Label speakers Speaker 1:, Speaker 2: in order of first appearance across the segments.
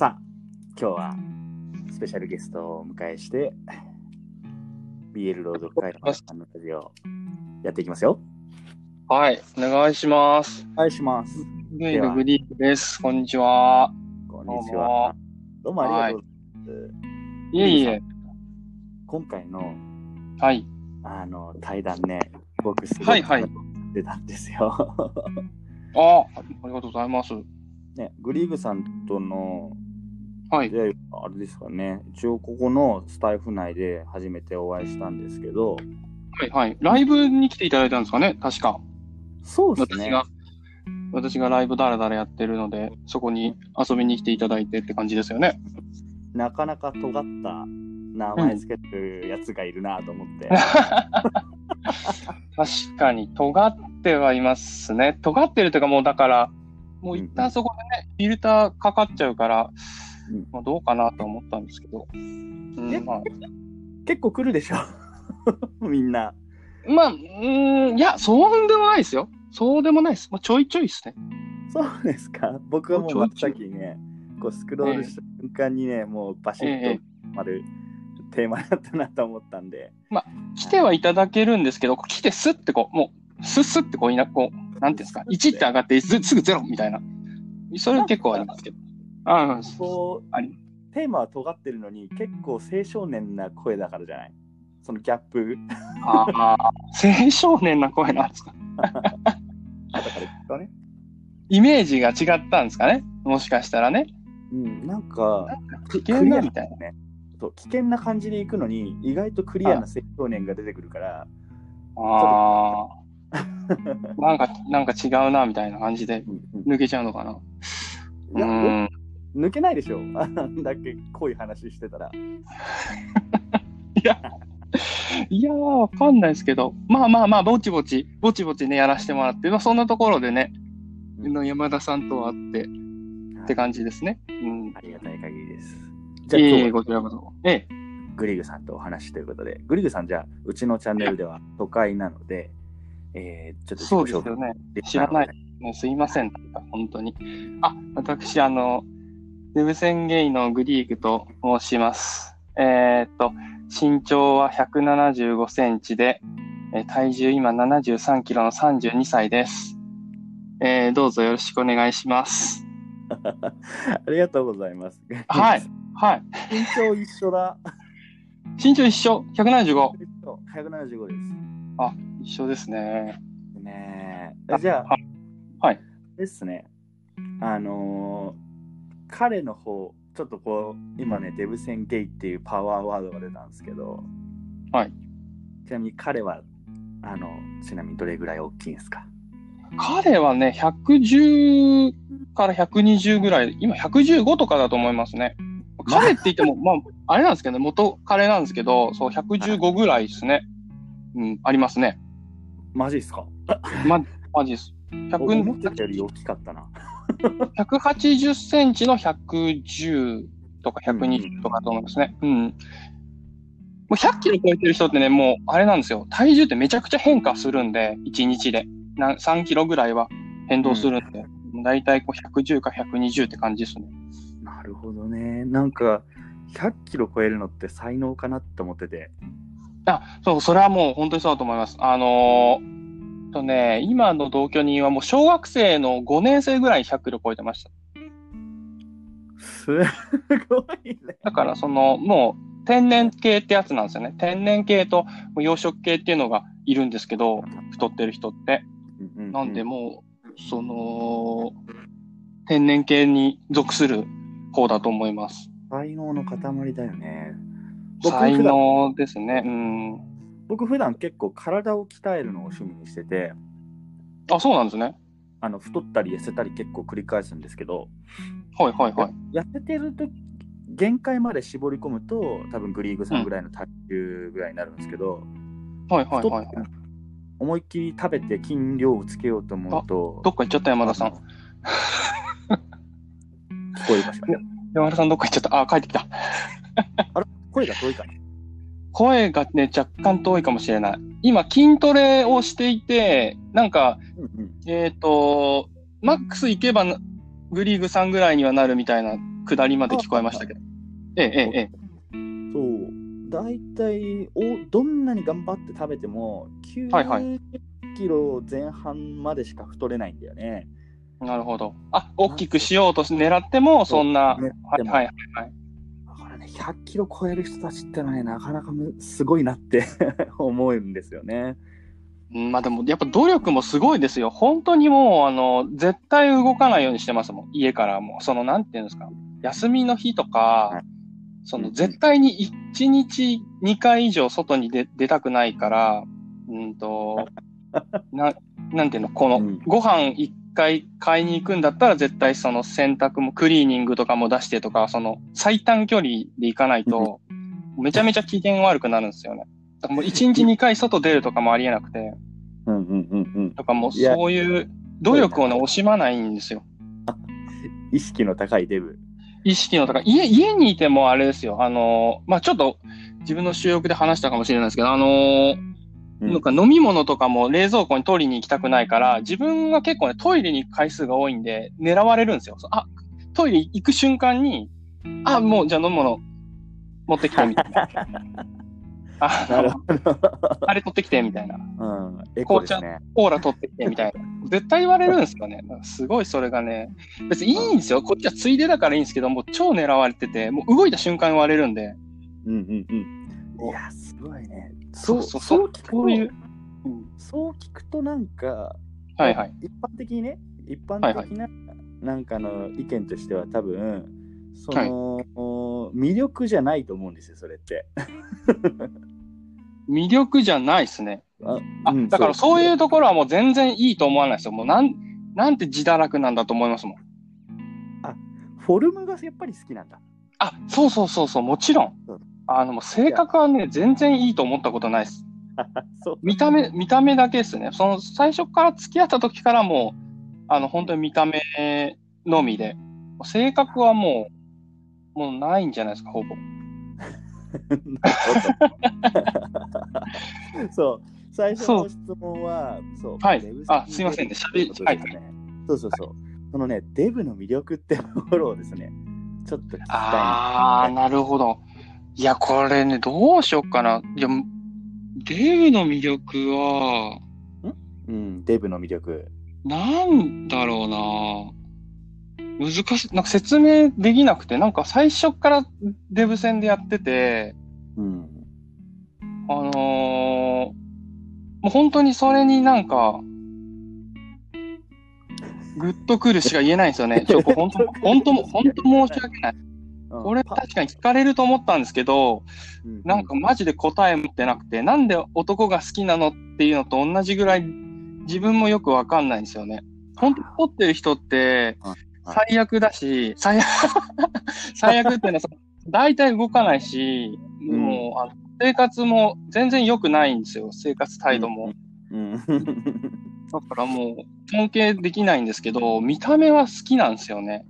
Speaker 1: 今日はスペシャルゲストをお迎えして、BL 朗読会のさんのラジオをやっていきますよ。
Speaker 2: はい、お願いします。
Speaker 1: お願いします。
Speaker 2: グ
Speaker 1: で
Speaker 2: イ
Speaker 1: は
Speaker 2: のグリークです。こんにちは。
Speaker 1: こんにちは。どうもありがとうございます。
Speaker 2: いえいえ。
Speaker 1: 今回の
Speaker 2: はい。
Speaker 1: あの対談ね、僕すご
Speaker 2: はいはい
Speaker 1: 出たんですよ。
Speaker 2: あ、ありがとうございます。
Speaker 1: ね、グリーブさんとの
Speaker 2: はい。
Speaker 1: 出会いはあれですかね、一応ここのスタイフ内で初めてお会いしたんですけど、
Speaker 2: はいはい。ライブに来ていただいたんですかね確か。
Speaker 1: そうです
Speaker 2: 私
Speaker 1: ね。
Speaker 2: が、私がライブだらだらやってるので、そこに遊びに来ていただいてって感じです よね。
Speaker 1: なかなか尖った名前つけてるやつがいるなと思って、
Speaker 2: 確かに、尖ってはいますね。尖ってるというか、もうだから、もう一旦そこでね、フィルターかかっちゃうから、
Speaker 1: うん
Speaker 2: まあ、どうかなと思ったんですけど。うん、 まあ
Speaker 1: 結構来るでしょ みんな
Speaker 2: まあ、うーん、いや、そうでもないですよ。そうでもないです。まあ、ちょいちょいですね。
Speaker 1: そうですか僕はもう
Speaker 2: ちょ
Speaker 1: 真
Speaker 2: い
Speaker 1: っ先にねこうスクロールした瞬間にね、もうバシ
Speaker 2: え
Speaker 1: ッ
Speaker 2: え
Speaker 1: とまるテーマだったなと思ったんで、
Speaker 2: 来てはいただけるんですけど、来てスッてこう、もう、スッスッてこう、いな、こう、なんていうんですか、1って上がって、すすぐゼロみたいな。それは結構ありますけど。ああ、そ
Speaker 1: こう
Speaker 2: あり
Speaker 1: テーマは尖ってるのに結構青少年な声だからじゃないそのギャップ
Speaker 2: う。ああ、青少年な声なんですか。
Speaker 1: だからきっとね
Speaker 2: イメージが違ったんですかね。もしかしたらね。
Speaker 1: うんなんか
Speaker 2: 危険なみたい
Speaker 1: なねそう危険な感じで行くのに意外とクリアな青少年が出てくるから
Speaker 2: な。ああ。なんか、なんか違うな、みたいな感じで、抜けちゃうのかな。
Speaker 1: いや
Speaker 2: うん。
Speaker 1: 抜けないでしょあんだけ濃い話してたら。
Speaker 2: いやー、わかんないですけど、まあまあまあ、ぼちぼち、ぼちぼちね、やらせてもらって、まあ、そんなところでね、
Speaker 1: うん
Speaker 2: の山田さんとは会って、って感じですね。うん。
Speaker 1: ありがたい限りです。じゃあ
Speaker 2: いえいえ、
Speaker 1: 今日は
Speaker 2: こちらこそ。ええ、
Speaker 1: グリグさんとお話ということで、グリグさんじゃあうちのチャンネルでは都会なので、えー、ちょっと
Speaker 2: そうですよね。
Speaker 1: で
Speaker 2: 知らない。もうすいません、なんか本当に。あ、私、あの、デブ宣言のグリークと申します。えーっと、身長は175センチで、えー体重今73キロの32歳です。えーどうぞよろしくお願いします。
Speaker 1: ありがとうございます。
Speaker 2: はい。はい。
Speaker 1: 身長一緒だ。
Speaker 2: 身長一緒、175。
Speaker 1: 175で
Speaker 2: 一緒ですね。
Speaker 1: す。ねえ。じゃあ、
Speaker 2: はい。
Speaker 1: ですね。あのー彼の方、ちょっとこう、今ね、デブ戦ゲイっていうパワーワードが出たんですけど、
Speaker 2: はい。
Speaker 1: ちなみに彼は、あの、ちなみにどれぐらい大きいんですか
Speaker 2: 彼はね、110から120ぐらい、今115とかだと思いますね。彼って言っても、まあ、あれなんですけどね、元彼なんですけど、そう、115ぐらいですね。うん、ありますね。
Speaker 1: マジですか
Speaker 2: ま、マジです。
Speaker 1: 僕思ってたより
Speaker 2: 100
Speaker 1: 大きかったな。
Speaker 2: 180センチの110とか120とかと思いますね。うん。もう100キロ超えてる人ってね、もう、あれなんですよ。体重ってめちゃくちゃ変化するんで、1日で。な3キロぐらいは変動するんで、だいたいこう110か120って感じですね。
Speaker 1: なるほどね。なんか、100キロ超えるのって才能かなって思ってて。
Speaker 2: あ、そう、それはもう本当にそうだと思います。あのーとね、今の同居人はもう小学生の5年生ぐらい100キロ超えてました。
Speaker 1: すごいね。
Speaker 2: だからその、もう天然系ってやつなんですよね。天然系と養殖系っていうのがいるんですけど、太ってる人って。
Speaker 1: うう
Speaker 2: なんでもう、その、天然系に属する方だと思います。
Speaker 1: 才能の塊だよね。僕普段
Speaker 2: 才能ですね。うん。
Speaker 1: 僕普段結構体を鍛えるのを趣味にしてて
Speaker 2: あ、そうなんですね。
Speaker 1: あの太ったり痩せたり結構繰り返すんですけど
Speaker 2: はいはいはい。
Speaker 1: 痩せてると限界まで絞り込むと多分グリーグさんぐらいの体重ぐらいになるんですけど、
Speaker 2: はいはいはい
Speaker 1: 太
Speaker 2: は
Speaker 1: っ
Speaker 2: い。
Speaker 1: て思いっきり食べて筋量をつけようと思うと
Speaker 2: どっか行っちゃった山田さん
Speaker 1: あ。の聞こえましたね
Speaker 2: 山田さんどっか行っちゃった。あ、帰ってきた。
Speaker 1: 声が遠いから
Speaker 2: 声がね、若干遠いかもしれない。今、筋トレをしていて、なんか、
Speaker 1: うんうん
Speaker 2: えっ、と、マックス行けば、グリーグさんぐらいにはなるみたいな下りまで聞こえましたけど。ええ、ええ、ええ。
Speaker 1: そう大体おどんなに頑張って食べても
Speaker 2: はいはい
Speaker 1: 90キロ前半までしか太れないんだよね。
Speaker 2: なるほど。あ、大きくしようとし狙っても、そんな。
Speaker 1: ね
Speaker 2: はい
Speaker 1: でも
Speaker 2: はいはい。
Speaker 1: だからね100キロ超える人たちってのはねなかなかむすごいなって 思うんですよね。
Speaker 2: うんまあでも、やっぱ努力もすごいですよ。本当にもう、あの、絶対動かないようにしてますもん。家からも。その、なんていうんですか。休みの日と
Speaker 1: は
Speaker 2: か
Speaker 1: い、
Speaker 2: そうの、
Speaker 1: ん
Speaker 2: 絶対に1日2回以上外に出出たくないから、うん と、な、なんていうの、こ
Speaker 1: う
Speaker 2: の
Speaker 1: ん、
Speaker 2: ご飯1回買いに行くんだったら、絶対その洗濯も、クリーニングとかも出してとか、その、最短距離で行かないと、めちゃめちゃ機嫌悪くなるんですよね。だからもう1日2回外出るとかもありえなくて。
Speaker 1: うんうんうん
Speaker 2: とかもう
Speaker 1: いや
Speaker 2: そういう努力を
Speaker 1: そう
Speaker 2: ね、
Speaker 1: だね
Speaker 2: 惜しまないんですよ。
Speaker 1: うん、意識の高いデ ブ。
Speaker 2: 意識の高い。家、家にいてもあれですよ。あのー、まあ、ちょっと自分の収録で話したかもしれないですけど、あのー、
Speaker 1: うん
Speaker 2: なんか飲み物とかも冷蔵庫に取りに行きたくないから、自分は結構ね、トイレに行く回数が多いんで、狙われるんですよ。そうあ、トイレ行く瞬間に、あ、もうじゃあ飲むもの持ってきて みたいな。あ
Speaker 1: なる
Speaker 2: の
Speaker 1: ほど。
Speaker 2: あれ取ってきてみたいな。
Speaker 1: うん、エコですね。
Speaker 2: オーラ取ってきて みたいな。絶対言われるんですよね。すごいそれがね。別にいいんですよ。こっちはついでだからいいんですけど、もう超狙われてて、もう動いた瞬間言われるんで。
Speaker 1: うんうんうん。いや、すごいね。
Speaker 2: そうそうそう。
Speaker 1: 聞くと
Speaker 2: そういう。うん
Speaker 1: そう聞くとなんか、
Speaker 2: はいはい。
Speaker 1: 一般的にね、一般
Speaker 2: はいはい
Speaker 1: 的な、なんかの意見としては多分、その、魅力じゃないと思うんですよ、それって。
Speaker 2: 魅力じゃないですね。
Speaker 1: あ
Speaker 2: あ、
Speaker 1: うん
Speaker 2: だからそういううところはもう全然いいと思わないですよ。もうなん、なんて自堕落なんだと思いますもん。
Speaker 1: フォルムがやっぱり好きなんだ。
Speaker 2: あ、そうそうそうそう、もちろん
Speaker 1: うん。
Speaker 2: あの、もう性格はね、全然いいと思ったことないです。
Speaker 1: そう。
Speaker 2: 見た目、見た目だけですね。その最初から付き合った時からもう、あの、本当に見た目のみで、性格はもう、もうないんじゃないですか、ほぼ。
Speaker 1: そう。最初の質問は、そう。
Speaker 2: はい
Speaker 1: デブ
Speaker 2: あすいませんね
Speaker 1: 喋り
Speaker 2: 喋りはいはい
Speaker 1: そうそうそう。そのね、デブの魅力ってところをですね、ちょっと聞きたいな。
Speaker 2: あー、なるほど。いや、これね、どうしよっかな。いや、デブの魅力は、
Speaker 1: うん、デブの魅力。
Speaker 2: なんだろうな難しい、なんか説明できなくて、なんか最初からデブ戦でやってて、
Speaker 1: うん。
Speaker 2: あのーもう本当にそれになんか、グッとくるしか言えないんですよね。ちょっと本当、本当、本当申し訳ない。これ確かに聞かれると思ったんですけど、
Speaker 1: に
Speaker 2: なんかマジで答え持ってなくて、なんで男が好きなのっていうのと同じぐらい自分もよくわかんないんですよね。本当に怒ってる人って
Speaker 1: はいは
Speaker 2: 最悪だし、 最悪、最悪っていうのはその、大体動かないし、
Speaker 1: うん
Speaker 2: もうあの、生活も全然良くないんですよ、生活態度も。。
Speaker 1: うん。
Speaker 2: だからもう、尊敬できないんですけど、見た目は好きなんですよね。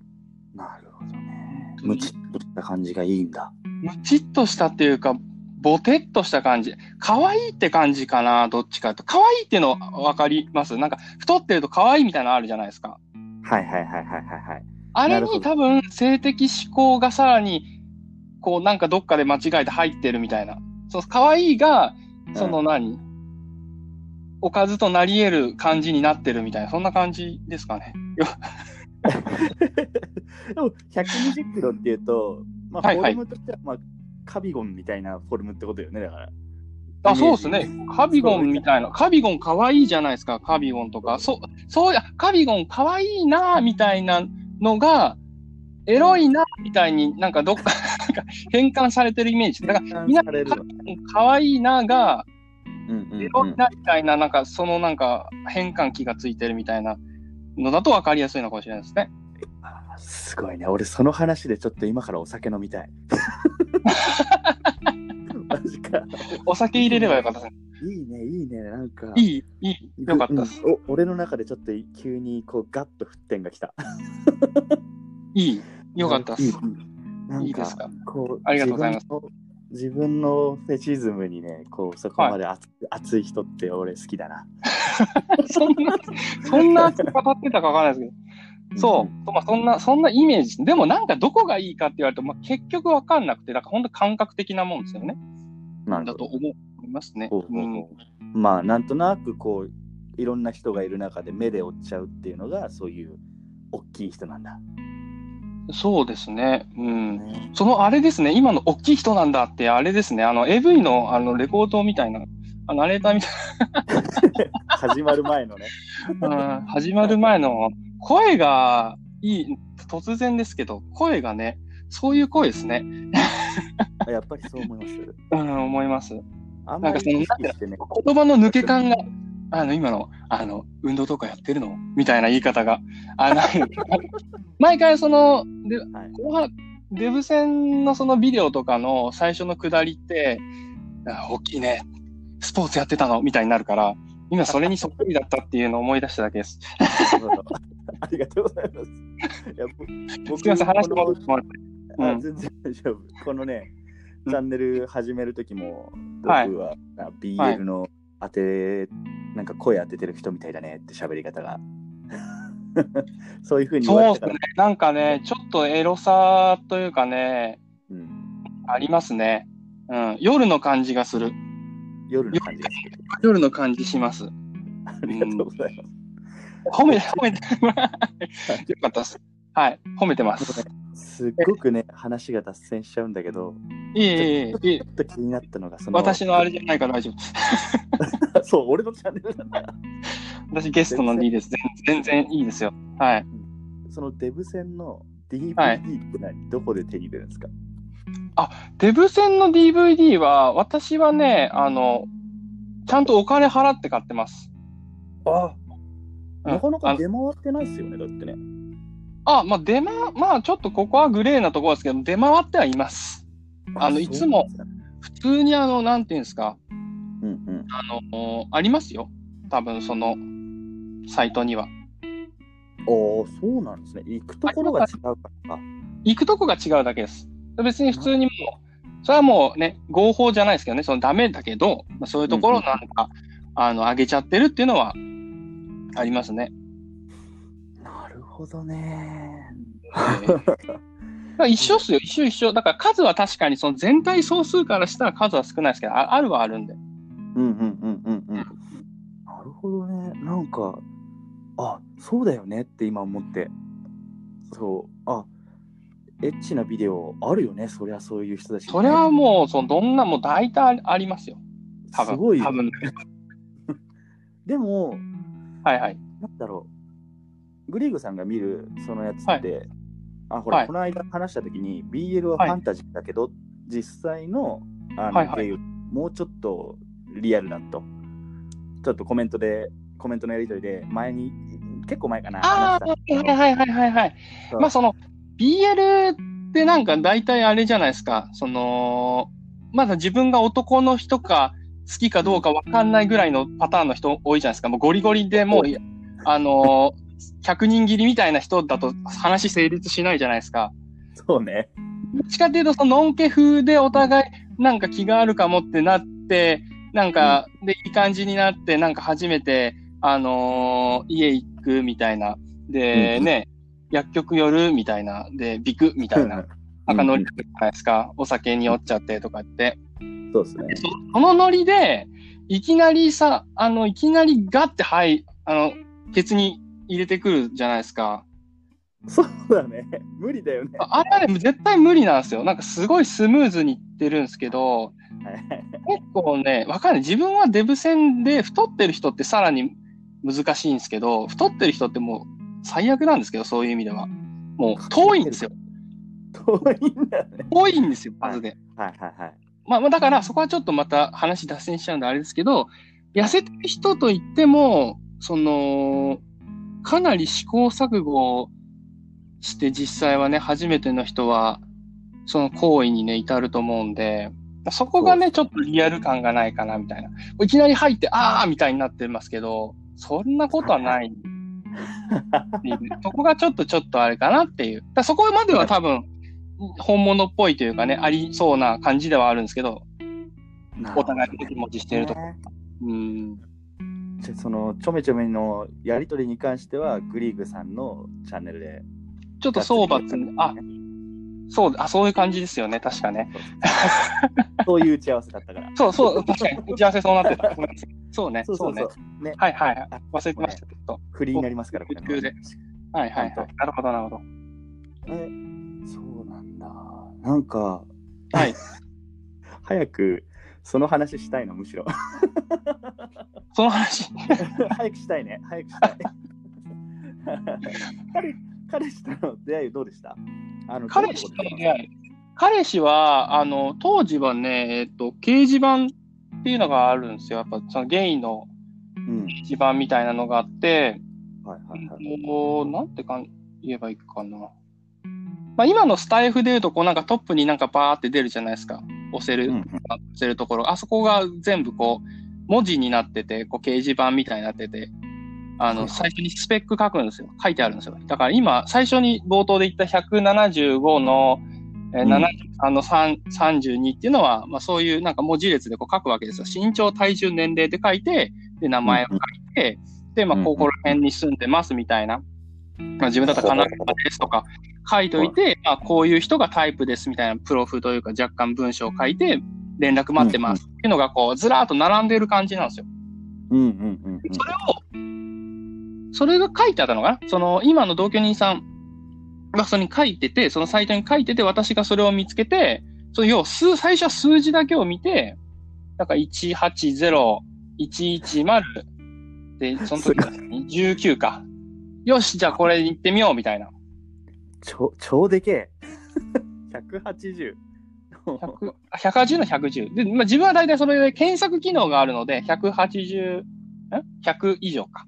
Speaker 1: なるほどね。ムチっとした感じがいいんだ。
Speaker 2: むちっとしたっていうか、ぼてっとした感じ。可愛いって感じかな、どっちかと。可愛いってのわかりますなんか、太ってると可愛いみたいなのあるじゃないですか。
Speaker 1: はいはいはいはいはいはい。
Speaker 2: あれ
Speaker 1: なるほ
Speaker 2: に
Speaker 1: ど
Speaker 2: 多分、性的思考がさらに、こう、なんかどっかで間違えて入ってるみたいな。そう、可愛いが、その何、おかずとなり得る感じになってるみたいな、そんな感じですかね。
Speaker 1: でも120キロっていうと、まあ、
Speaker 2: はい
Speaker 1: フォ
Speaker 2: はい
Speaker 1: ルムとしては、まあ、カビゴンみたいなフォルムってことよね、だから。
Speaker 2: あ、そうですね。カビゴンみたいな。カビゴン可愛いじゃないですか、カビゴンとか。そう、そうや、カビゴン可愛いなぁみたいなのが、エロいなぁみたいになんかどっか なんか変換されてるイメージ。だから、
Speaker 1: ら
Speaker 2: みんな可愛いなぁが、
Speaker 1: うんうん
Speaker 2: エロいなみたいな、なんかそのなんか変換器がついてるみたいなのだと分かりやすいのかもしれないですね。
Speaker 1: あすごいね。俺、その話でちょっと今からお酒飲み たい。マジか。
Speaker 2: お酒入れればよかったですね。
Speaker 1: いいね、いいね。なんか、
Speaker 2: いい、いい、よかったです。
Speaker 1: うんお俺の中でちょっと急にこうガッと沸点が来た。
Speaker 2: いい、よかったで
Speaker 1: いい
Speaker 2: す。
Speaker 1: なん
Speaker 2: いいですか
Speaker 1: こう
Speaker 2: ありがとうございます
Speaker 1: 自分の自分のフェチズムにね、こうそこまで熱,、熱い人って俺好きだな。
Speaker 2: そんな、そんな語ってたか分かんないですけど。そう。とまあ、そんな、そんなイメージ。でもなんかどこがいいかって言われると、まあ、結局わかんなくて、だから本当感覚的なもんですよね。
Speaker 1: うん。な
Speaker 2: だ
Speaker 1: る
Speaker 2: と
Speaker 1: ほど。
Speaker 2: 思いますね。
Speaker 1: ほうほう
Speaker 2: うん
Speaker 1: ほうまあ、なんとなくこう、いろんな人がいる中で目で追っちゃうっていうのが、そういう大きい人なんだ。
Speaker 2: そうですね。うん。
Speaker 1: ね
Speaker 2: そのあれですね、今の大きい人なんだって、あれですね、あの AV のあのレコードみたいな、あナレーターみたい
Speaker 1: 始まる前のね。
Speaker 2: な、うん始まる前の声がいい、突然ですけど、声がね、そういう声ですね。
Speaker 1: あやっぱりそう思います。
Speaker 2: うん、思います。
Speaker 1: あんまり意識してね。
Speaker 2: 言葉の抜け感が、あの、今の、あの、運動とかやってるのみたいな言い方が、あの、 毎回その、で、
Speaker 1: はい
Speaker 2: 後半、デブ戦のそのビデオとかの最初の下りって、あ大きいね、スポーツやってたのみたいになるから、今それにそっくりだったっていうのを思い出しただけです。
Speaker 1: ありがとうございます。いやぼ僕
Speaker 2: すみません、話
Speaker 1: こ
Speaker 2: 戻ってもらって。
Speaker 1: の
Speaker 2: う
Speaker 1: あ
Speaker 2: ん
Speaker 1: 全然大丈夫。このね、
Speaker 2: うん
Speaker 1: チャンネル始める時も、僕
Speaker 2: はい
Speaker 1: はあ BL の当て、なんか声当ててる人みたいだねって喋り方が。 そういうふうに言われた
Speaker 2: そうです
Speaker 1: か
Speaker 2: ね
Speaker 1: ら。。
Speaker 2: なんかね、ちょっとエロさというかね、
Speaker 1: うん
Speaker 2: ありますね。うん、夜の感じがする。
Speaker 1: 夜の感じがする。
Speaker 2: 夜の感じ します。
Speaker 1: ありがとうございます。
Speaker 2: 褒め、褒めて、よかったです。はい、褒めてます。
Speaker 1: すっごくね、話が脱線しちゃうんだけど、
Speaker 2: いえいえいえ
Speaker 1: ちょっと気になったのが、その
Speaker 2: 私のあれじゃないから大丈 夫。
Speaker 1: そう、俺のチャンネル なんだ。
Speaker 2: 私ゲストなんでいいです。全全然いいですよ。はい。
Speaker 1: そのデブ戦の DVD
Speaker 2: はい
Speaker 1: って何、どこで手に入れるんですか
Speaker 2: デブ戦の DVD は、私はね、あの、ちゃんとお金払って買ってます。
Speaker 1: あ
Speaker 2: うん
Speaker 1: なかなか
Speaker 2: あ
Speaker 1: 出回ってないですよね、だってね。
Speaker 2: あ、まあ、出ま、まあ、ちょっとここはグレーなところですけど、出回ってはいます。あの
Speaker 1: そう
Speaker 2: いつも普通にあの、なんていうんですか、
Speaker 1: うんうん。
Speaker 2: あの、ありますよ。多分、その、サイトには。
Speaker 1: ああ、そうなんですね。行くところが違うからか。
Speaker 2: 行くとこが違うだけです。別に普通にもう、それはもうね、合法じゃないですけどね、そのダメだけど、まあ、そういうところをなんか、あの、上げちゃってるっていうのは、ありま すね。
Speaker 1: なるほどね。
Speaker 2: まあ一緒っすよ、一緒一緒。だから数は確かに、その全体総数からしたら数は少ないですけど、ああるはあるんで。
Speaker 1: うんうんうんうんうん。なるほどね。なんか、あそうだよねって今思って。そう。あエッチなビデオあるよね、そりゃそういう人たち、
Speaker 2: それはもう、そのどんな、もう大体ありますよ。多分。
Speaker 1: すごいよ。
Speaker 2: 多分。
Speaker 1: でも、
Speaker 2: はいはい。
Speaker 1: なんだろう、グリーグさんが見るそのやつって、あほら、
Speaker 2: はい
Speaker 1: この間話したときに、BL はフ
Speaker 2: はい
Speaker 1: ァンタジーだけど、実際のあの、
Speaker 2: はいはい
Speaker 1: ゲイもうちょっとリアルだと、ちょっとコメントで、コメントのやり取りで、前に、結構前かな、
Speaker 2: ああ、
Speaker 1: 話
Speaker 2: は
Speaker 1: した
Speaker 2: いはいはいはいはい。
Speaker 1: そう
Speaker 2: まあその、BL ってなんか大体あれじゃないですか。その、まだ自分が男の人か好きかどうかわかんないぐらいのパターンの人多いじゃないですか。もうゴリゴリでもう
Speaker 1: 多、
Speaker 2: あのー、100人切 りみたいな人だと話成立しないじゃないですか。
Speaker 1: そうね。
Speaker 2: どっちかっていうと、その、のんけ風でお互い、なんか気があるかもってなって、なんか、で、いい感じになって、なんか初めて、あのー家行くみたいな。で、
Speaker 1: うん
Speaker 2: ね、薬局寄るみたいな。で、ビクみた いな。赤のりじゃないですか。お酒に酔っちゃってとかって。
Speaker 1: そうですね。
Speaker 2: そそのノリで、いきなりさ、あの、いきなりガッて、はい、あの、ケツに入れてくるじゃないですか。
Speaker 1: そうだね。無理だよね。
Speaker 2: あれはね、絶対無理なんですよ。なんかすごいスムーズにいってるんですけど、結構ね、わかんない。自分はデブ戦で太ってる人ってさらに難しいんですけど、太ってる人ってもう最悪なんですけど、そういう意味では。もう遠いんですよ。
Speaker 1: 遠いんだね。
Speaker 2: 遠いんですよ、数で。
Speaker 1: はいはいはい。
Speaker 2: まあまあだからそこはちょっとまた話脱線しちゃうんであれですけど、痩せてる人といっても、その、かなり試行錯誤をして実際はね、初めての人は、その行為にね、至ると思うんで、そこがね、ちょっとリアル感がないかな、みたいな。いきなり入って、あーみたいになってますけど、そんなことはないって いう。そこがちょっとちょっとあれかなっていう。だからそこまでは多分、本物っぽいというかね、ありそうな感じではあるんですけど、お互いの気持ちしてると
Speaker 1: ね
Speaker 2: うん。
Speaker 1: ちょそのちょめちょめのやり取りに関してはグリーグさんのチャンネルで
Speaker 2: ちょっと総罰に、あ、そう、あ、そういう感じですよね、確かね。
Speaker 1: そういう打ち合わせだったから
Speaker 2: そうそう、確かに、打ち合わせそうなってた。ご めんなさいそうね、そうね。
Speaker 1: ね
Speaker 2: はいはいはい。
Speaker 1: あ
Speaker 2: 忘れてました、ちょっと。
Speaker 1: フリーになりますからこれね
Speaker 2: 急ではいはいはい。なるほど、なるほど。
Speaker 1: えそうなんだなんか
Speaker 2: はい。
Speaker 1: 早くその話したいのむしろ
Speaker 2: その 話、
Speaker 1: 早くしたいね早くしたい 彼彼氏との出会いどうでしたあの
Speaker 2: 彼氏との出会い。彼氏は、あの、当時はね、えっと、掲示板っていうのがあるんですよ。やっぱ、そのゲイの
Speaker 1: うん
Speaker 2: 掲示板みたいなのがあって、
Speaker 1: はいはいはい
Speaker 2: もう、なんてかん言えばいいかな。まあ、今のスタイフでいうと、こうなんかトップになんかバーって出るじゃないですか。押せる、
Speaker 1: うんう
Speaker 2: 押
Speaker 1: ん
Speaker 2: せるところ。あそこが全部こう、文字になってて、こう掲示板みたいになってて、あ
Speaker 1: はいは
Speaker 2: の、
Speaker 1: い
Speaker 2: 最初にスペック書くんですよ。書いてあるんですよ。だから今、最初に冒頭で言った175の、えー
Speaker 1: うん
Speaker 2: あの3 32っていうのは、まあ、そういうなんか文字列でこう書くわけですよ。身長、体重、年齢で書いて、で、名前を書いて、で、まあ、
Speaker 1: うん
Speaker 2: ここら辺に住んでますみたいな。まあ、自分だったら神奈川ですとか書いといて、まあ、こういう人がタイプですみたいなプロフというか若干文章を書いて、連絡待ってますっていうのがこう、ずらーっと並んでる感じなんですよ。
Speaker 1: うんうんうんうん
Speaker 2: それを、それが書いてあったのかなその、今の同居人さんがそれに書いてて、そのサイトに書いてて、私がそれを見つけて、その要は数、最初は数字だけを見て、なんか180、110で、その時は19か。よし、じゃあこれ行ってみよう、みたいな。
Speaker 1: ちょ超でけえ180
Speaker 2: 100あ180の110。で、まあ、自分は大体それで検索機能があるので、180、ん ?100 以上か。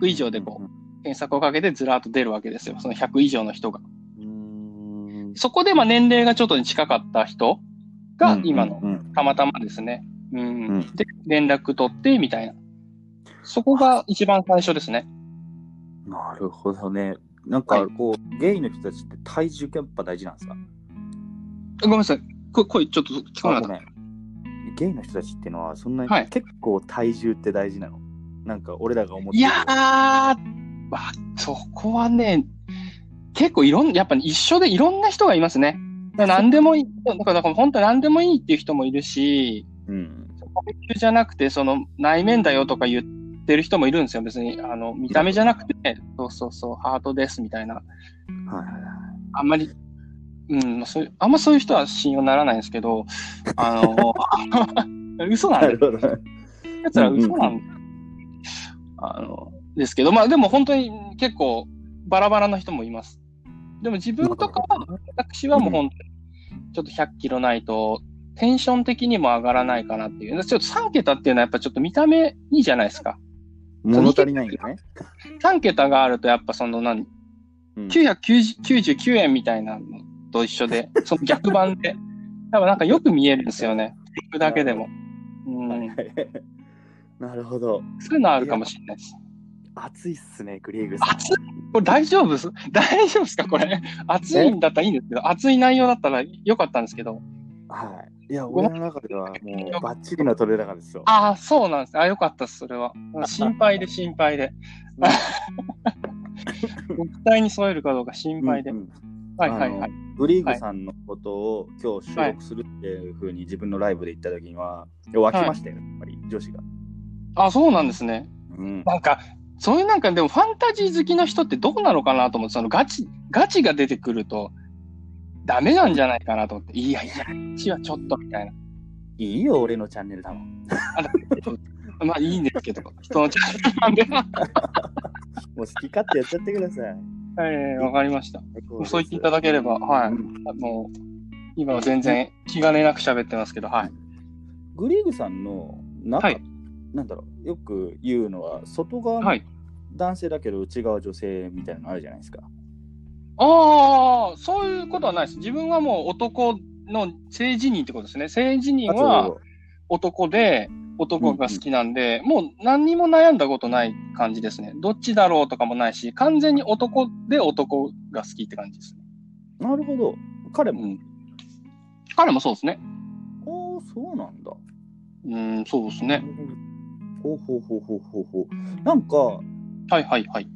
Speaker 2: 100以上でこう、検索をかけてずらーっと出るわけですよ。その100以上の人が。
Speaker 1: うん
Speaker 2: そこでまあ年齢がちょっと近かった人が今の、
Speaker 1: うんうん
Speaker 2: たまたまですね。うん。
Speaker 1: うん
Speaker 2: で、連絡取って、みたいな。そこが一番最初ですね。
Speaker 1: なるほどねなんか
Speaker 2: は
Speaker 1: こう、ゲイの人たちって体重やっぱ大事なんですか
Speaker 2: ごめんなさい。こ声ちょっと聞こえな
Speaker 1: あ
Speaker 2: か
Speaker 1: ご
Speaker 2: った。
Speaker 1: めんゲイの人たちっていうのはそんなに、
Speaker 2: はい
Speaker 1: 結構体重って大事なのなんか俺らが思って
Speaker 2: い
Speaker 1: る
Speaker 2: やー、まあ、そこはね、結構いろん、やっぱり一緒でいろんな人がいますね。だから何でもいい、だからだから本当に何でもいいっていう人もいるし、
Speaker 1: うん
Speaker 2: 体重じゃなくて、その内面だよとか言ってる人もいるんですよ、別に。あの見た目じゃなくて、そうそうそう、ハートですみたいな。
Speaker 1: はいはいはい
Speaker 2: あんまり、うん、まあそういうあんまそういう人は信用ならないんですけど、あの、 嘘なん
Speaker 1: なる
Speaker 2: だよ。
Speaker 1: ほどね
Speaker 2: やつら嘘なんだよ。あの、ですけど、まあでも本当に結構バラバラな人もいます。でも自分とかは、私はもう本当に、ちょっと100キロないと、テンション的にも上がらないかなっていう。ちょっと3桁っていうのはやっぱちょっと見た目いいじゃないですか。
Speaker 1: 物足りないんだね、
Speaker 2: 3桁があるとやっぱその何、
Speaker 1: うん
Speaker 2: 999円みたいなのと一 緒で、その逆版で。やっぱなんかよく見えるんですよね。聞くだけでも。うん。
Speaker 1: はいはいなるほど
Speaker 2: そういうのあるかもしれないです。
Speaker 1: 熱いっすねグリーグさん
Speaker 2: 熱いこれ大丈夫っ す大丈夫ですかこれ。熱いんだったらいいんですけど、熱い内容だったらよかったんですけど。
Speaker 1: はいいや俺の中ではもうバッチリな取れ高ですよ
Speaker 2: ああ、そうなんです。あよかったっす、それは。心配で心配 で。 ご期待に添えるかどうか心配で。
Speaker 1: うんうん
Speaker 2: はいはいは
Speaker 1: あ
Speaker 2: い。
Speaker 1: のグリーグさんのことを今日収録するっていうふうに自分のライブで言った時には、いや湧きましたよ、やっぱり女子が。
Speaker 2: あそうなんですね。
Speaker 1: うん、
Speaker 2: なんか、そういうなんか、でもファンタジー好きの人ってどうなのかなと思って、そのガチ、ガチが出てくると、ダメなんじゃないかなと思って、いやいや、ガチはちょっとみたいな。
Speaker 1: いいよ、俺のチャンネルだもん。
Speaker 2: あだ まあいいんですけど、人のチャンネルなんで。
Speaker 1: もう好き勝手やっちゃってください。
Speaker 2: はい、わかりました。そう言っていた
Speaker 1: だ
Speaker 2: だければ、はい。
Speaker 1: うん
Speaker 2: もう、今は全然気兼ねなく喋ってますけど、はい。
Speaker 1: グリーグさんの中、
Speaker 2: はい
Speaker 1: なんだろう、よく言うのは、外側
Speaker 2: は
Speaker 1: の
Speaker 2: い。
Speaker 1: 男性だけど内側女性みたいなのあるじゃないですか。
Speaker 2: ああ、そういうことはないです。自分はもう男の性自認ってことですね。性自認
Speaker 1: あ
Speaker 2: は、
Speaker 1: と、
Speaker 2: 男で、男が好きなんで、もう何にも悩んだことない感じですね。どっちだろうとかもないし、完全に男で男が好きって感じですね。
Speaker 1: なるほど、彼
Speaker 2: う
Speaker 1: も、
Speaker 2: ん。彼もそうですね。
Speaker 1: ああ、そうなんだ。
Speaker 2: うん、そうですね。
Speaker 1: ほうほうほうほうほうほう。なんか、
Speaker 2: はいはいはい。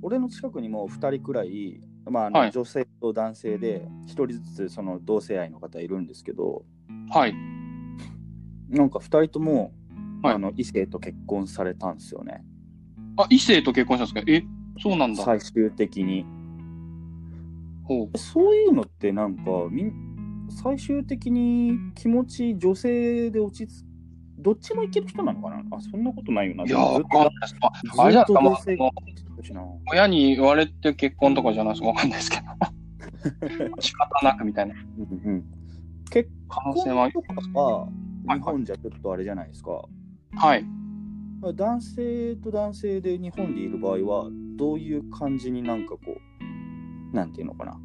Speaker 1: 俺の近くにも2人くらい、まああの
Speaker 2: はい
Speaker 1: 女性と男性で1人ずつその同性愛の方いるんですけど
Speaker 2: はい。
Speaker 1: なんか2人とも、
Speaker 2: はい
Speaker 1: あの異性と結婚されたんですよね
Speaker 2: あ、異性と結婚したんですかえ、そうなんだ。
Speaker 1: 最終的に
Speaker 2: ほう。
Speaker 1: そういうのってなんかみん最終的に気持ち女性で落ち着どっちもいける人なのかなあそんなことないよない
Speaker 2: やー、
Speaker 1: ず
Speaker 2: わ
Speaker 1: っ
Speaker 2: かんない
Speaker 1: と
Speaker 2: です。ああれじゃないですか、まあ、
Speaker 1: ずっと同性
Speaker 2: あの
Speaker 1: しな
Speaker 2: 親に言われて結婚とかじゃないですか、わかんないですけど。仕方なくみたいな。
Speaker 1: うんうん
Speaker 2: 可能性は
Speaker 1: 結婚。とかは日本じゃちょっとあれじゃないですか
Speaker 2: はい。
Speaker 1: 男性と男性で日本でいる場合はどういう感じになんかこうなんていうのかな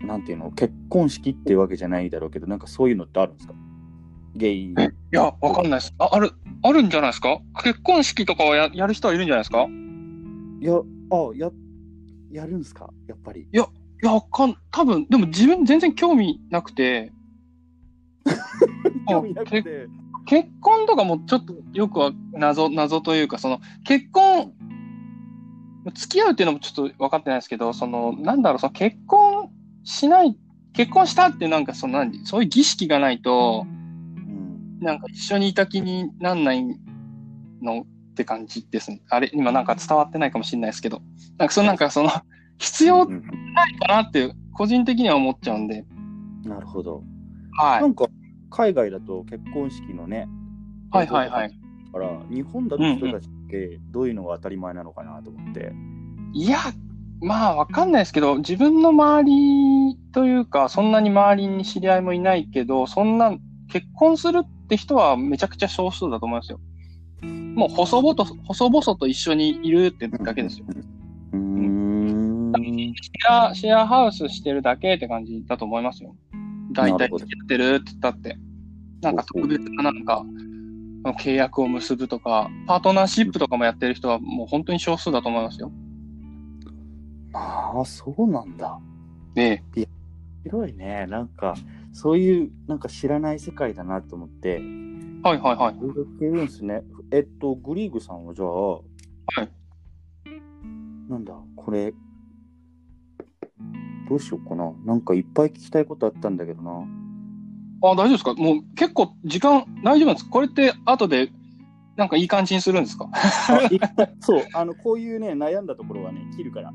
Speaker 1: なんていうの結婚式っていうわけじゃないだろうけどなんかそういうのってあるんですかゲイ
Speaker 2: えいや、わかんないです。あ、ある、あるんじゃないですか結婚式とかはややる人はいるんじゃないですか
Speaker 1: やあややるんですかやっぱり
Speaker 2: いや、わかん、多分、でも自分全然興味なくて、
Speaker 1: 興味なくて
Speaker 2: 結婚とかもちょっとよくは謎、謎というか、その、結婚、付き合うっていうのもちょっと分かってないですけど、その、なんだろう、その結婚しない、結婚したってなんかその、何そういう儀式がないと、
Speaker 1: うん
Speaker 2: なんか一緒にいた気になんないのって感じですね。あれ、今なんか伝わってないかもしれないですけど、なんかその、なんかその、必
Speaker 1: う
Speaker 2: 要
Speaker 1: んうん
Speaker 2: ないかなって、個人的には思っちゃうんで、
Speaker 1: なるほど、
Speaker 2: はい
Speaker 1: な。んか海外だと結婚式のね
Speaker 2: はいはいはい。
Speaker 1: だから日本だと人たちってどういうのが当たり前なのかなと思って、
Speaker 2: いや、まあ、わかんないですけど、自分の周りというか、そんなに周りに知り合いもいないけど、そんな、結婚するって人はめちゃくちゃ少数だと思いますよ。もう、細々と、細々と一緒にいるってだけですよ。
Speaker 1: うーん
Speaker 2: シェア、シェアハウスしてるだけって感じだと思いますよ。大
Speaker 1: な
Speaker 2: 体
Speaker 1: るほど
Speaker 2: 付き合ってるって言ったって。なんか特別ななんか、契約を結ぶとか、パートナーシップとかもやってる人はもう本当に少数だと思いますよ。
Speaker 1: ああそうなんだ
Speaker 2: ね
Speaker 1: 広いねなんかそういうなんか知らない世界だなと思って
Speaker 2: え。はいはいはい。
Speaker 1: いろいろ聞けるんですねえっとグリーグさんはじゃあはいなんだこれどうしようかななんかいっぱい聞きたいことあったんだけど な
Speaker 2: あ、大丈夫ですかもう結構時間大丈夫なんですかこれって後でなんかいい感じにするんですか
Speaker 1: あいっぱいそうあのこういうね悩んだところはね切るから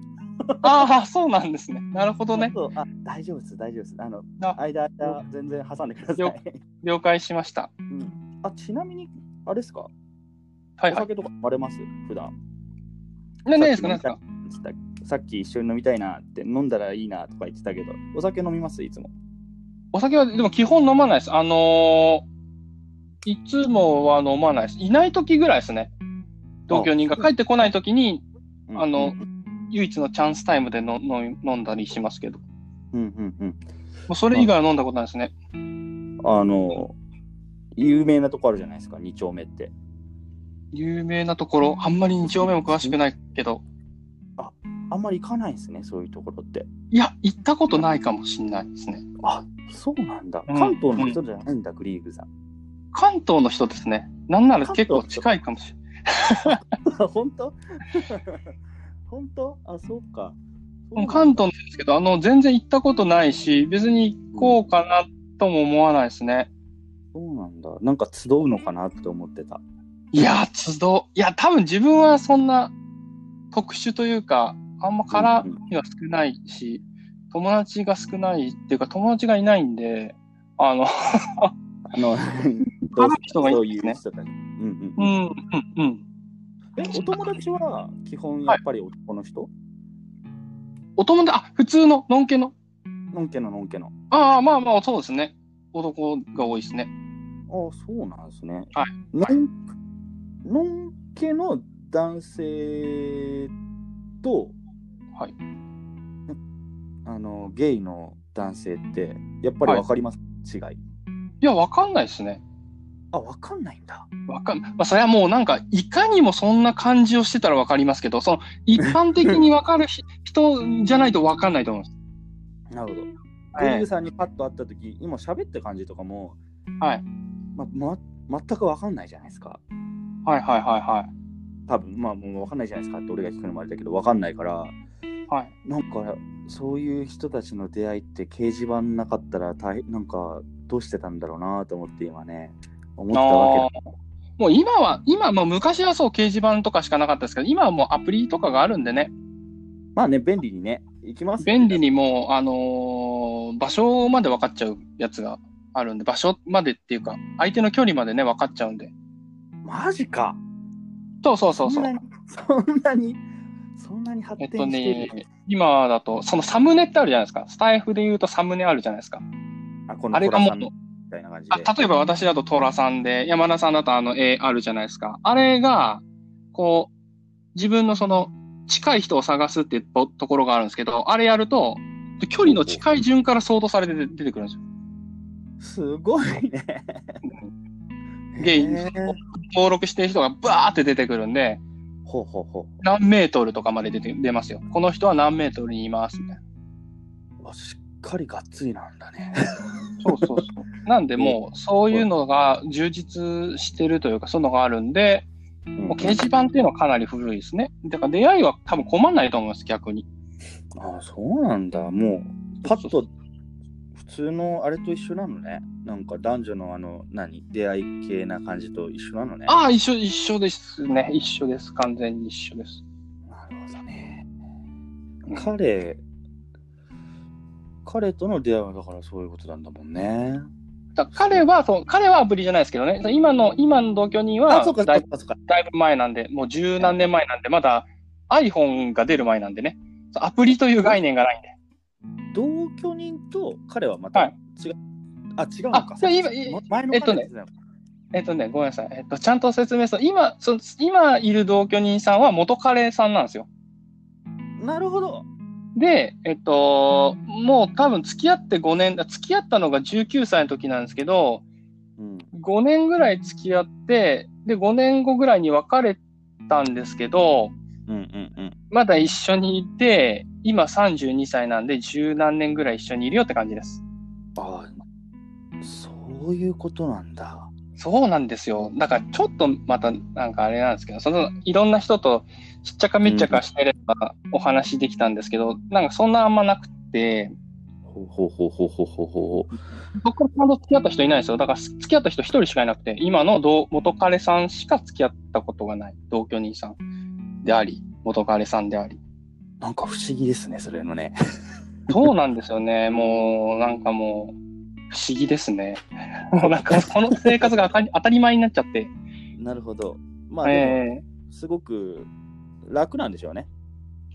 Speaker 2: ああ、そうなんですね。なるほどね。
Speaker 1: そうあ大丈夫です大丈夫ですあの
Speaker 2: あ
Speaker 1: 間間全然挟んでくださ
Speaker 2: よ
Speaker 1: い、
Speaker 2: 了解しました。
Speaker 1: うん、あちなみにあれですか
Speaker 2: はい
Speaker 1: お
Speaker 2: はい。
Speaker 1: 酒とか飲まれます普段
Speaker 2: な何ですか何です
Speaker 1: さっ
Speaker 2: か
Speaker 1: き飲みたいさっき一緒に飲みたいなって飲んだらいいなとか言ってたけどお酒飲みますいつも
Speaker 2: お酒はでも基本飲まないです。あのーいつもは飲まないです。いない時ぐらいですね。同居人が
Speaker 1: あ
Speaker 2: 帰ってこない時にあ
Speaker 1: う
Speaker 2: の
Speaker 1: ん
Speaker 2: 唯一のチャンスタイムでのの飲んだりしますけど。も
Speaker 1: うんうん
Speaker 2: うそれ以外は飲んだことないですね。
Speaker 1: うんあの有名なとこあるじゃないですか2丁目って
Speaker 2: 有名なところ、あんまり二丁目も詳しくないけど。
Speaker 1: あんまり行かないんですねそういうところって
Speaker 2: いや、行ったことないかもしれないですね。
Speaker 1: あそうなんだ
Speaker 2: うん
Speaker 1: 関東の人じゃないんだ、グリーグさん
Speaker 2: 関東の人ですね。なんなら
Speaker 1: 関
Speaker 2: 結
Speaker 1: 東の
Speaker 2: 構
Speaker 1: 人
Speaker 2: 近いかもしれない。
Speaker 1: 本当 本当あそうか
Speaker 2: もう関東の人ですけど、あの、全然行ったことないし、別に行こうかなとも思わないですね。
Speaker 1: そうなんだなんか集うのかなって思ってた
Speaker 2: いや、都道。いや、多分自分はそんな特殊というか、あんま絡みが少ないし、友達が少ないっていうか、友達がいないんで、あの、
Speaker 1: あ のどう
Speaker 2: 絡む人がい
Speaker 1: そ
Speaker 2: な
Speaker 1: う
Speaker 2: いで
Speaker 1: い
Speaker 2: す
Speaker 1: う人
Speaker 2: ね。
Speaker 1: たちうん
Speaker 2: う
Speaker 1: うんうん
Speaker 2: ん、うん、うん。
Speaker 1: えお友達は基本やっぱり男の人、
Speaker 2: お友達、あ、普通の、のんけの。
Speaker 1: のんけののんけの。あ
Speaker 2: ああ、まあまあ、そうですね。男が多いですね。
Speaker 1: あ、そうなんですね。。
Speaker 2: はい
Speaker 1: のんのんけの男性と、
Speaker 2: はい。
Speaker 1: あの、ゲイの男性って、やっぱりわかります、違い。
Speaker 2: いや、わかんないですね。
Speaker 1: あ、わかんないんだ。
Speaker 2: わかん、まあ、それはもうなんか、いかにもそんな感じをしてたらわかりますけど、その、一般的にわかるひ人じゃないとわかんないと思います。
Speaker 1: なるほど。
Speaker 2: は
Speaker 1: ゲ
Speaker 2: い
Speaker 1: イさんにパッと会った時、今喋った感じとかも、
Speaker 2: はい。
Speaker 1: ま、ま、全くわかんないじゃないですか。
Speaker 2: はいはいはいはい。
Speaker 1: 多分まあもう分かんないじゃないですかって俺が聞くのもあれだけど分かんないから
Speaker 2: はい。
Speaker 1: なんかそういう人たちの出会いって掲示板なかったら大変なんかどうしてたんだろうなと思って今ね思ったわけだ
Speaker 2: もう今は、今、まあ昔はそう掲示板とかしかなかったですけど、今はもうアプリとかがあるんでね、
Speaker 1: まあね便利にね行きますよね
Speaker 2: 便利にもう、あのー場所まで分かっちゃうやつがあるんで、場所までっていうか、相手の距離までね、分かっちゃうんで。
Speaker 1: マジか
Speaker 2: そうそうそうそう。
Speaker 1: そんなにそんなに発
Speaker 2: えっ
Speaker 1: 展して
Speaker 2: と
Speaker 1: る、
Speaker 2: ね、今だと、そのサムネってあるじゃないですか。スタイフで言うとサムネあるじゃないですか。
Speaker 1: あこの
Speaker 2: あれがも
Speaker 1: 寅
Speaker 2: っ
Speaker 1: さんみ
Speaker 2: と、
Speaker 1: たいな感じで
Speaker 2: あ例えば私だとトラさんで、山田さんだとあの絵あるじゃないですか。あれが、こう、自分のその、近い人を探すっていうとところがあるんですけど、あれやると、距離の近い順から相当されて出てくるんですよ。
Speaker 1: すごいね
Speaker 2: ゲイ
Speaker 1: へー
Speaker 2: 登録してる人がバーって出てくるんで、
Speaker 1: ほうほうほう
Speaker 2: 何メートルとかまで出て出ますよ。この人は何メートルにいますみたいな。
Speaker 1: あしっかりがっつりなんだね。
Speaker 2: そうそうそう。 なんでもう、そういうのが充実してるというか、そういうのがあるんで、もう掲示板っていうのはかなり古いですね。だから出会いは多分困んないと思います、逆に。
Speaker 1: あそうなんだ。もう、パッと普通のあれと一緒なのね。なんか男女のあの、何、出会い系な感じと一緒なのね。
Speaker 2: ああ、一緒、一緒ですね。一緒です。完全に一緒です。
Speaker 1: なるほどね
Speaker 2: うん。
Speaker 1: 彼、彼との出会いはだからそういうことなんだもんね。
Speaker 2: だから彼は、そう、彼はアプリじゃないですけどね。今の、今の同居人
Speaker 1: あ、
Speaker 2: は
Speaker 1: そうか、
Speaker 2: だ
Speaker 1: そ、
Speaker 2: いう
Speaker 1: か、そうか。
Speaker 2: だいぶ前なんで、もう十何年前なんで、まだ iPhone が出る前なんでね。そうアプリという概念がないんで。
Speaker 1: 同居人と彼はま
Speaker 2: は
Speaker 1: た
Speaker 2: い
Speaker 1: 違う。あ、違うの
Speaker 2: あ
Speaker 1: か。
Speaker 2: そう今い
Speaker 1: 前の
Speaker 2: えっと
Speaker 1: 彼
Speaker 2: ね
Speaker 1: ですね
Speaker 2: えっとね、ごめんなさい。えっと、ちゃんと説明すると、今、その今いる同居人さんは元カレさんなんですよ。
Speaker 1: なるほど。
Speaker 2: で、えっと、もう多分付き合って5年、付き合ったのが19歳の時なんですけど、
Speaker 1: うん。
Speaker 2: 5年ぐらい付き合って、で、5年後ぐらいに別れたんですけど、
Speaker 1: うんうんうん。
Speaker 2: まだ一緒にいて、今32歳なんで十何年ぐらい一緒にいるよって感じです。
Speaker 1: ああ、そういうことなんだ。
Speaker 2: そうなんですよ。だからちょっとまたなんかあれなんですけど、そのいろんな人としっちゃかめっちゃかしてればお話できたんですけど、なんかそんなあんまなくて、
Speaker 1: ほうほうほうほうほうほうほう。
Speaker 2: 僕はちゃんと付き合った人いないんですよ。だから付き合った人一人しかいなくて、今の同元彼さんしか付き合ったことがない。同居人さんであり、元彼さんであり。
Speaker 1: なんか不思議ですね、それのね。
Speaker 2: そうなんですよね。もう、なんかもう、不思議ですね。 もうなんか、この生活が当たり当たり前になっちゃって。
Speaker 1: なるほど。まあ、で
Speaker 2: え
Speaker 1: もすごく楽なんでしょうね。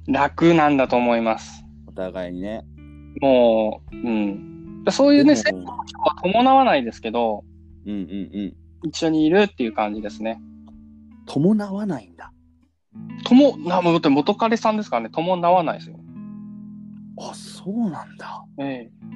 Speaker 2: ー楽なんだと思います。
Speaker 1: お互いにね。
Speaker 2: もう、うん。そういうね、
Speaker 1: で
Speaker 2: 成
Speaker 1: も
Speaker 2: 功は伴わないですけど、
Speaker 1: うんうんうん。
Speaker 2: 一緒にいるっていう感じですね。
Speaker 1: 伴わないんだ。
Speaker 2: とも、な、もうだって元彼さんですからね、伴わないですよ。
Speaker 1: あ、そうなんだ。
Speaker 2: ええ